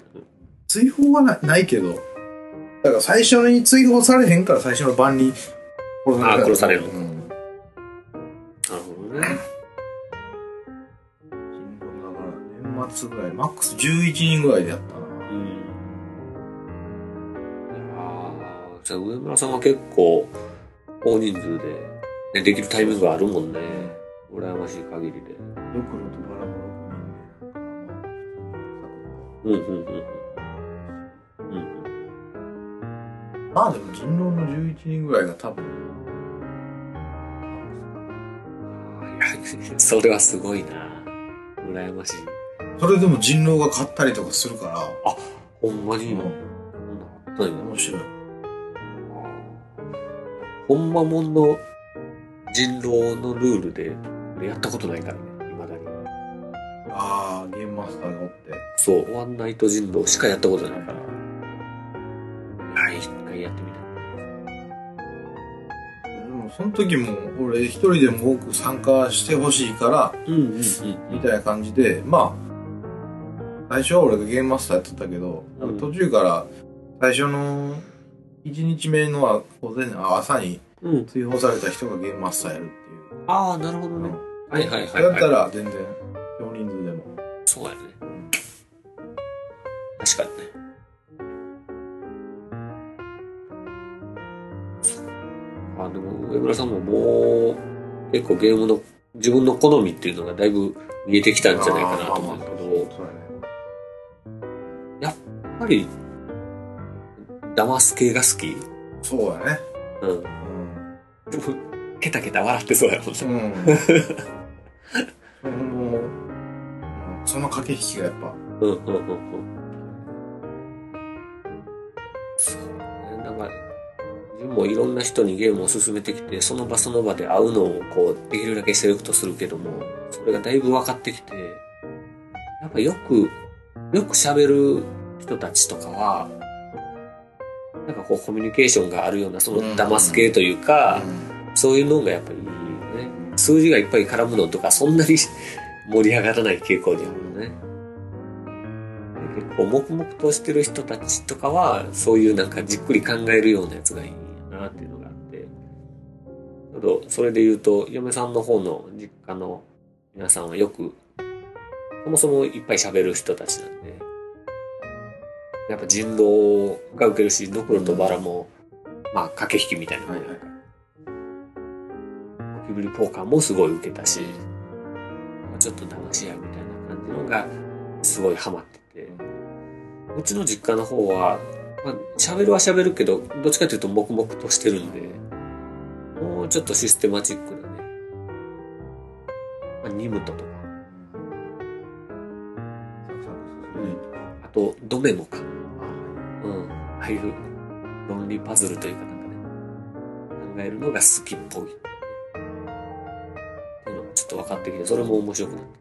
追放はなないけどだから最初に追放されへんから最初の晩に殺あー殺されるうんなるほどね人狼だから年末ぐらいマックス11人ぐらいでやったなうんいやーじゃあ上村さんは結構大人数で、ね、できるタイミングがあるもんね羨ましい限りでよくのとバラバラ組んでうんうんうんうんうんまあでも人狼の11人ぐらいが多分いやそれはすごいな羨ましいそれでも人狼が勝ったりとかするからほんまに今面そんなこと白いないなほんまもんの人狼のルールで俺やったことないからねいまだにああゲームマスターがおってそうワンナイト人狼しかやったことないからいや一回やってみたいでももその時も俺一人でも多く参加してほしいからうんうんみたいな感じでまあ最初は俺がゲームマスターやってたけど、うん途中から最初の1日目のは午前あ朝にうんうん追放された人がゲームマスターやるっていうああなるほどねはいはいはい、はだったい、ら全然少人数でもそうやね確かにねあでも上村さんももう結構ゲームの自分の好みっていうのがだいぶ見えてきたんじゃないかなと思うんだけどそうやねやっぱり騙す系が好きそうやねうんでもケタケタ笑ってそうやもんうねん、うん、もううんその駆け引きがやっぱうんうんうんうんそうねなんか自分もいろんな人にゲームを勧めてきてその場その場で合うのをこうできるだけセレクトするけどもそれがだいぶ分かってきてやっぱよくよく喋る人たちとかはなんかこうコミュニケーションがあるようなその騙す系というか、そういうのがやっぱりいいよね。数字がいっぱい絡むのとか、そんなに 盛り上がらない傾向にあるのね。結構、黙々としてる人たちとかは、そういうなんかじっくり考えるようなやつがいいなっていうのがあって。ちょっと、それで言うと、嫁さんの方の実家の皆さんはよく、そもそもいっぱい喋る人たちなんで、やっぱ人狼が受けるし、ドクロとバラも、まあ、駆け引きみたいなもんやからゴキブリポーカーもすごい受けたし、ちょっと騙し合いみたいな感じのがすごいハマってて、うちの実家の方は、まあ、喋るは喋るけど、どっちかというと黙々としてるんで、もうちょっとシステマチックだね。まあ、ニムトとか、あとドメモか。うん。ああいう論理パズルというかなんかね、考えるのが好きっぽい。っていうのがちょっと分かってきて、それも面白くなって。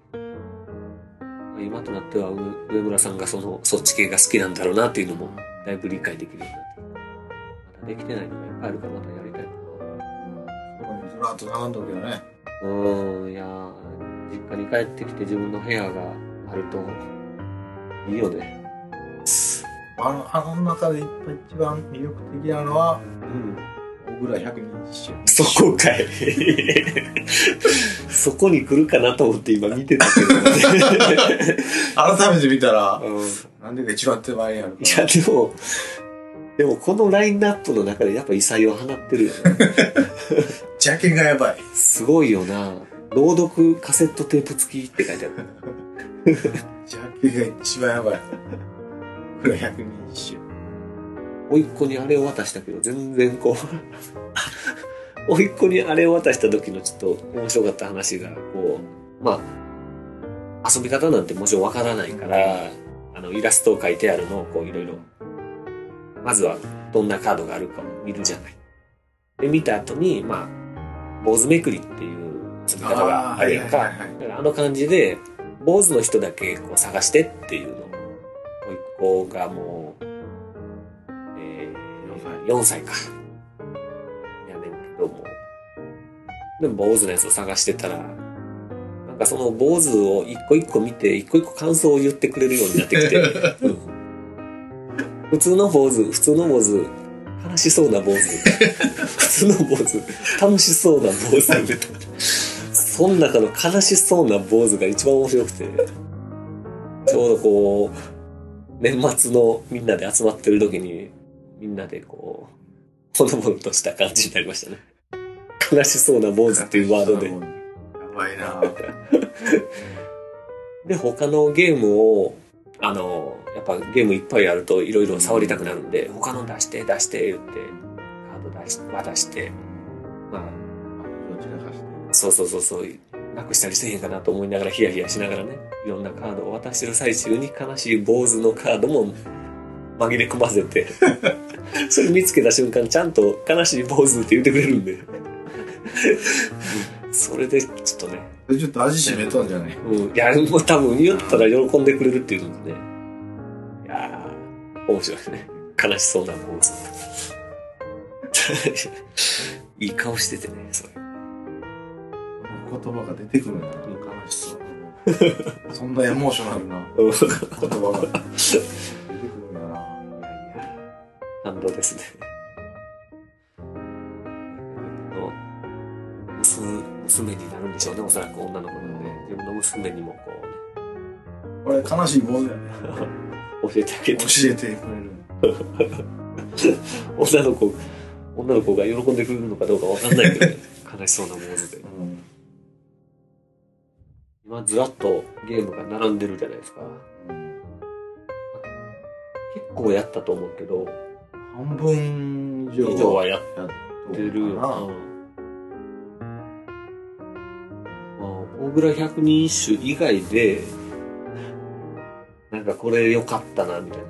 今となっては上上村さんがその、そっち系が好きなんだろうなっていうのも、だいぶ理解できるようになってきた。まだできてないのがいっぱいあるから、またやりたいな。それはあと並んどくよねうーん、いやー実家に帰ってきて自分の部屋があると、いいよね。あのあの中で一番魅力的なのはうん。小倉百人一首そこかい。 そこに来るかなと思って今見てたけ改めて見たらど、うん、いなんでか一番手前にあるからや、でも、でもこのラインナップの中でやっぱ異彩を放ってるよね。ジャケがやばいすごいよな。朗読カセットテープ付きって書いてある。ジャケが一番やばい小倉百人一首甥っ子にあれを渡したけど、全然こう、甥っ子にあれを渡した時のちょっと面白かった話が、こう、まあ、遊び方なんてもちろんわからないから、あの、イラストを描いてあるのをこう、いろいろ、まずはどんなカードがあるかを見るじゃない。で、見た後に、まあ、坊主めくりっていう遊び方があるやんあーかはいはいはいは。だからあの感じで、坊主の人だけこう探してっていうのを、甥っ子がもう、えー、4歳か。やねんけども。でも、坊主のやつを探してたら、なんかその坊主を一個一個見て、一個一個感想を言ってくれるようになってきて。うん普通の坊主、普通の坊主、悲しそうな坊主。 普通の坊主、楽しそうな坊主みたいな。その中の悲しそうな坊主が一番面白くて、ちょうどこう、年末のみんなで集まってる時に、みんなでこう、ほのぼのとした感じになりましたね。悲しそうな坊主っていうワードでや。ばいなで、他のゲームを、あの、やっぱゲームいっぱいあるといろいろ触りたくなるんで、他の出して、出して、言って、カード出し、渡して、まあ、そうそうそうそう、なくしたりせえへんかなと思いながらヒヤヒヤしながらね、いろんなカードを渡してる最中に悲しい坊主のカードも紛れ込ませ て、それ見つけた瞬間ちゃんと悲しい坊主って言ってくれるんで、それでちょっとね、それちょっと味しめとんじゃないうん、いや、もう多分言ったら喜んでくれるっていうんでね。いやー、面白いね。悲しそうな坊主。 いい顔しててね、それ。言葉が出てくるんだな悲しそうそんなエモーショナルなうん言葉が出てくるんだな感動ですね。の娘娘になるんでしょうね、おそらく女の子なので、自分の娘にもこうこれ悲しい坊主やねね、教えてあげて教、えてくれる女の子、女の子が喜んでくれるのかどうかわかんないけど、ね、悲しそうな坊主で。うん今、ずらっとゲームが並んでるじゃないですか。結構やったと思うけど、半分以上以上はやっやっとてるよな。かまあ大倉百人一首以外で、なんかこれ良かったな、みたいな。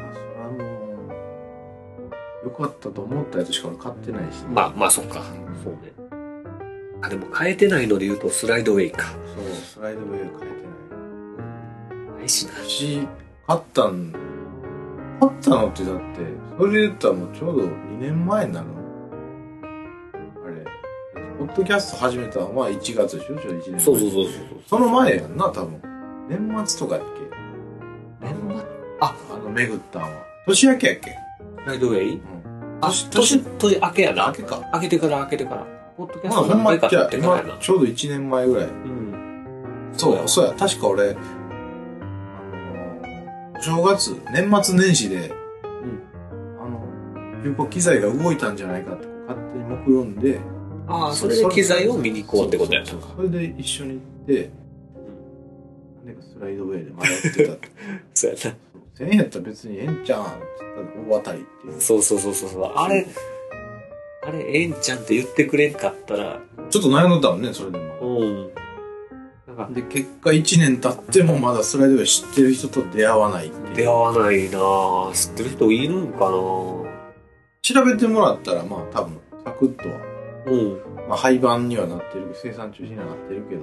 いやそれはもうよかったと思ったやつしか俺買ってないし、まあまあそっか。そうね。あ、でも変えてないので言うとスライドウェイか。そうスライドウェイ変えてないしな。ないし買ったん買ったのってだってそれで言ったらもうちょうど2年前になるのあれポッドキャスト始めたのはまあ1月でしょちょうど1年前そうそうそうそう。その前やんな多分年末とかやっけ年末あの巡ったんは年明けやっけスライドウェイんあ、年年、年明けやな。明けか。明けてから明けてから。ポッドキャスまあトほんま何回かじやゃっあてからや今な。ちょうど1年前ぐらいうん。そうや、そうや、確か俺、あの、お正月、年末年始で、んあの、有効機材が動いたんじゃないかって勝手に目論んで、ああ、それで機材を見に行こうってことやったそうのそか。うそれで一緒に行って、なんかスライドウェイで迷って たって。そうや1000円やったら別にええんちゃうんって言ったら大当たりっていうな。。そうそうそうそうそう。あれ、あれ、ええんちゃんって言ってくれんかったら、ちょっと悩んどったもんね、それでも。うん。なんか、で、結果1年経ってもまだスライドウェイ知ってる人と出会わないっていう出会わないなぁ。知ってる人いるんかなぁ。調べてもらったら、まあ多分、サクッとはうん。まあ、廃盤にはなってるけど生産中止にはなってるけど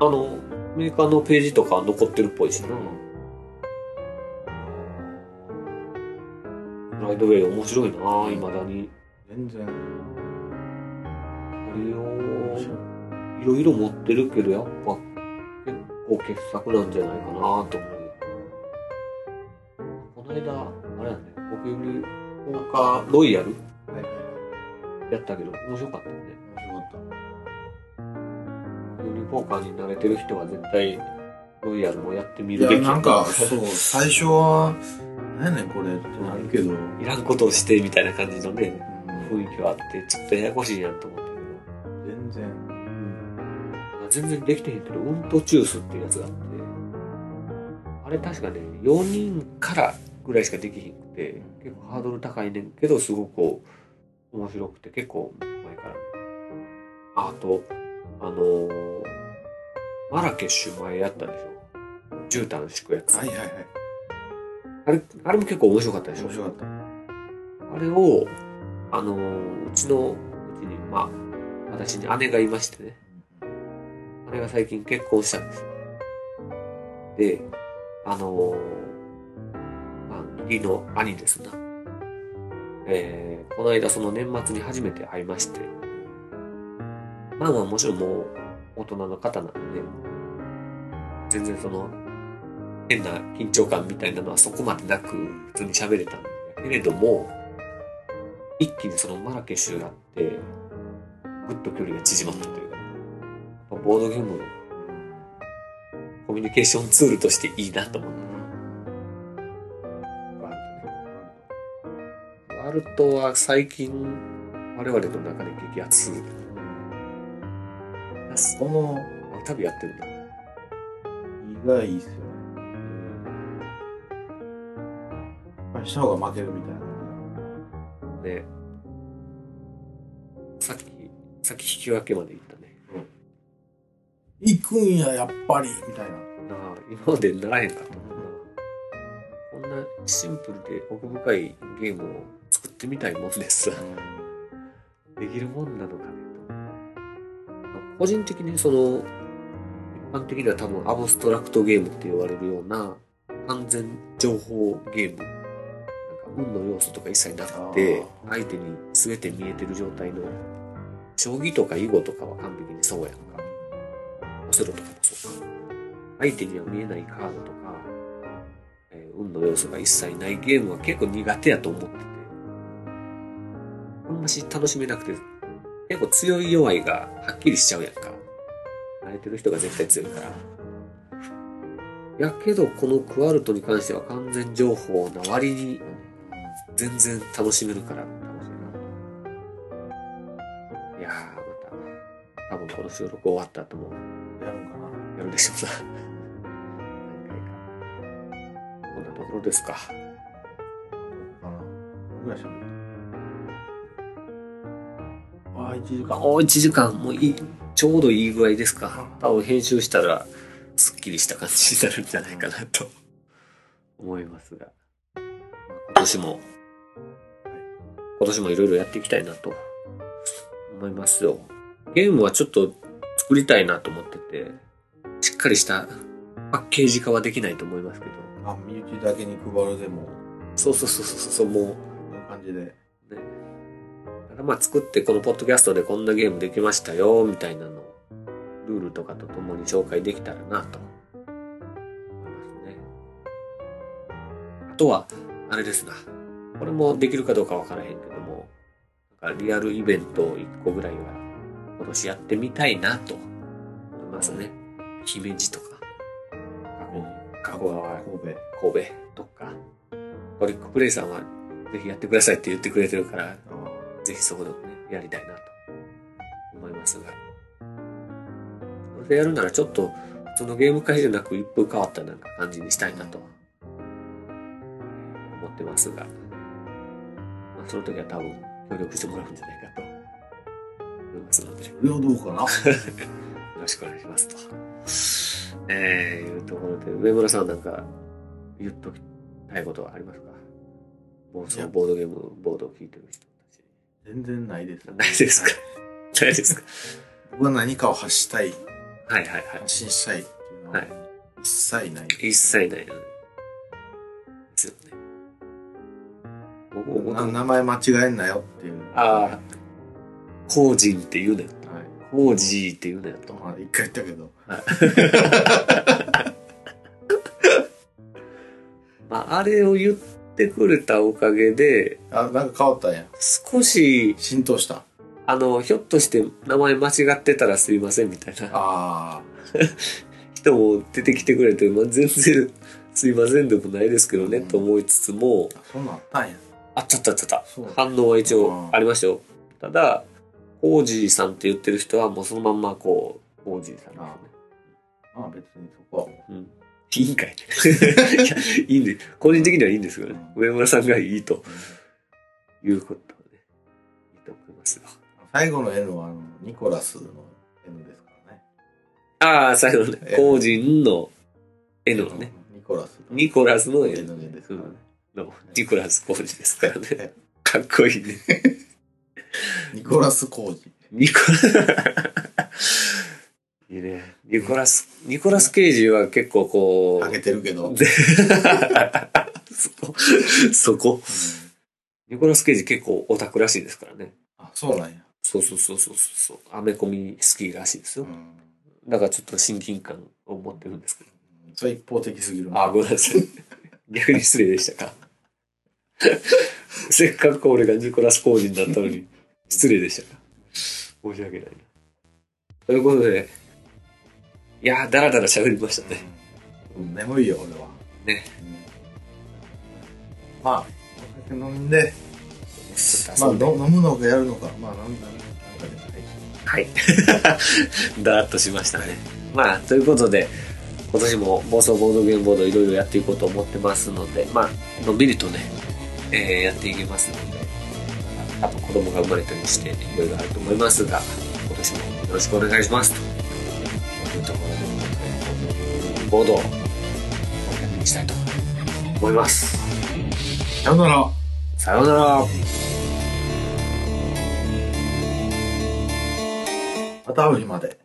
あの、メーカーのページとか残ってるっぽいしな。ライドウェイ面白いなぁ、未だに。全然あれよいろいろ持ってるけど、やっぱ、結構傑作なんじゃないかなぁと思う。この間、あれやね、僕より、ポーカーロイヤルはいやったけど、面白かったよね。面白かっユニポーカーに慣れてる人は絶対ロイヤルもやってみたるいべやきなんかそう最初は「何やねんこれ」ってなるけど、う んいらんことをしてみたいな感じのね雰囲気はあってちょっとややこしいやんと思ったけど全然、なんか全然できてへんけどウントチュースっていうやつがあってあれ確かね4人からぐらいしかできへんくて結構ハードル高いねんけどすごくこう面白くて結構前からあとあのーマラケシュ前やったでしょ絨毯敷くやつはいはいはいあれ、あれも結構面白かったでしょ面白かったあれを、あのーうちの、うちに、まあ、私に姉がいましてね。姉が最近結婚したんですよ。で、あのーまあ、義理の兄ですな。えー、この間その年末に初めて会いまして。まあまあもちろんもう大人の方なんで、全然その、変な緊張感みたいなのはそこまでなく普通に喋れたんだけれども、一気にそのマラケシュがあって、ぐっと距離が縮まったというか、やっぱボードゲームのコミュニケーションツールとしていいなと思ったワールドは最近、我々の中で激アツ。この旅やってるんだ。意外いいっすよねやっぱりした方が負けるみたいなね。さっき、さっき引き分けまで行ったね。行くんややっぱりみたいななあ、今までならへんかったもんな。こんなシンプルで奥深いゲームを作ってみたいもんです。できるもんなのかねと。個人的にその、一般的には多分アブストラクトゲームって言われるような、完全情報ゲーム。なんか運の要素とか一切なくて、あ相手に全て見えてる状態の、将棋とか囲碁とかは完璧にそうやんか。オセロとかもそうか。相手には見えないカードとか、えー運の要素が一切ないゲームは結構苦手やと思ってて、あんまし楽しめなくて、結構強い弱いがはっきりしちゃうやんか。慣れてる人が絶対強いから。やけど、このクワルトに関しては完全情報な割に、全然楽しめるから、楽しいな。いやー、また、多分この収録終わった後もやるんかなやるでしょうな。こんなところですか。かなぐらいしゃべああ、1時間。お1時間もいい、ちょうどいい具合ですか。多分編集したら、すっきりした感じになるんじゃないかなと思いますが。まあ今年も、今年もいろいろやっていきたいなと思いますよ。ゲームはちょっと作りたいなと思ってて、しっかりしたパッケージ化はできないと思いますけど。あ、身内だけに配るでも、そうそうそうそうそう、もうこんな感じで。ね、だからまあ作ってこのポッドキャストでこんなゲームできましたよみたいなのをルールとかとともに紹介できたらなと思いますね。あとはあれですなこれもできるかどうかわからへんけどもなんかリアルイベントを1個ぐらいは今年やってみたいなと思いますね。姫路とか加古川神戸。神戸とかトリックプレイさんはぜひやってくださいって言ってくれてるからぜひそこでもね、やりたいなと思いますが。それでやるならちょっと、そのゲーム会じゃなく一風変わったなんか感じにしたいなと、思ってますが。まあ、その時は多分、協力してもらうんじゃないかと、思いますので、よそれはどうか なろしくお願いしますと。えー、いうところで、上村さんなんか、言っときたいことはありますか暴走ボードゲーム、ボードを聞いてる人たち。全然ないです。ないですかはいないですか僕は何かを発したい、はいはいは発信したいっていうのははい、一切ない。い。一切ないのですよね。僕もな僕名前間違えんなよっていう。あはあ、コージンって言うなよ。い。コージーって言うなよと。まあ、一回言ったけど。まあ、あれを言ってくれたおかげで、あ、なんか変わったんや。少し、浸透した。あの、ひょっとして名前間違ってたらすいませんみたいなあ人も出てきてくれて、まあ、全然すいませんでもないですけどね、うんと思いつつも、あ、そんなんあったんや。あっちゃったあっちゃった。そう。反応は一応ありましたよ。ただ、コージーさんって言ってる人はもうそのまんまこう、コージーさんですね。まあ別にそこは。うん。いいんかい。 いやいいんで、個人的にはいいんですけどね。上村さんがいいということで、ね、いいと思いますよ。最後の N はあのニコラスの N ですからね。ああ、最後のね、コージンの N のね、。ニコラス。ニコラスの N の N ですからね。 のニコラスコージですからねえ。かっこいいね。ニコラス工事。 ニコラ、いいね。ニコラス、ニコラス・ケイジは結構こあげてるけど。う、 そこ、そこ。ニコラス・ケイジ結構オタクらしいですからね。あ、そうなんや。そうそうそうそうそう。アメコミ好きらしいですうよ。ん。だからちょっと親近感を持ってるんですけど。それ一方的すぎるな。あ、ごめんなさい。 逆に失礼でしたか。 せっかく俺がニコラス・コージになったのに、失礼でしたか。申し訳ないな。ということで、いやー、だらだら喋りましたね。うん眠いよ、俺は。ね。まあ、お酒飲んで、まあ、まの飲むのかやるのか、まあ、飲んだなんかでもないあはい。 だらっとしましたね。まあ、ということで、今年も暴走ボードゲームボードいろいろやっていこうと思ってますので、まあ、のんびりとね、えーやっていきますので、多分子供が生まれたりして、いろいろあると思いますが、今年もよろしくお願いしますと。いうところで、ボードをやっていきたいと思います。さよなら。さようなら。また会う日まで。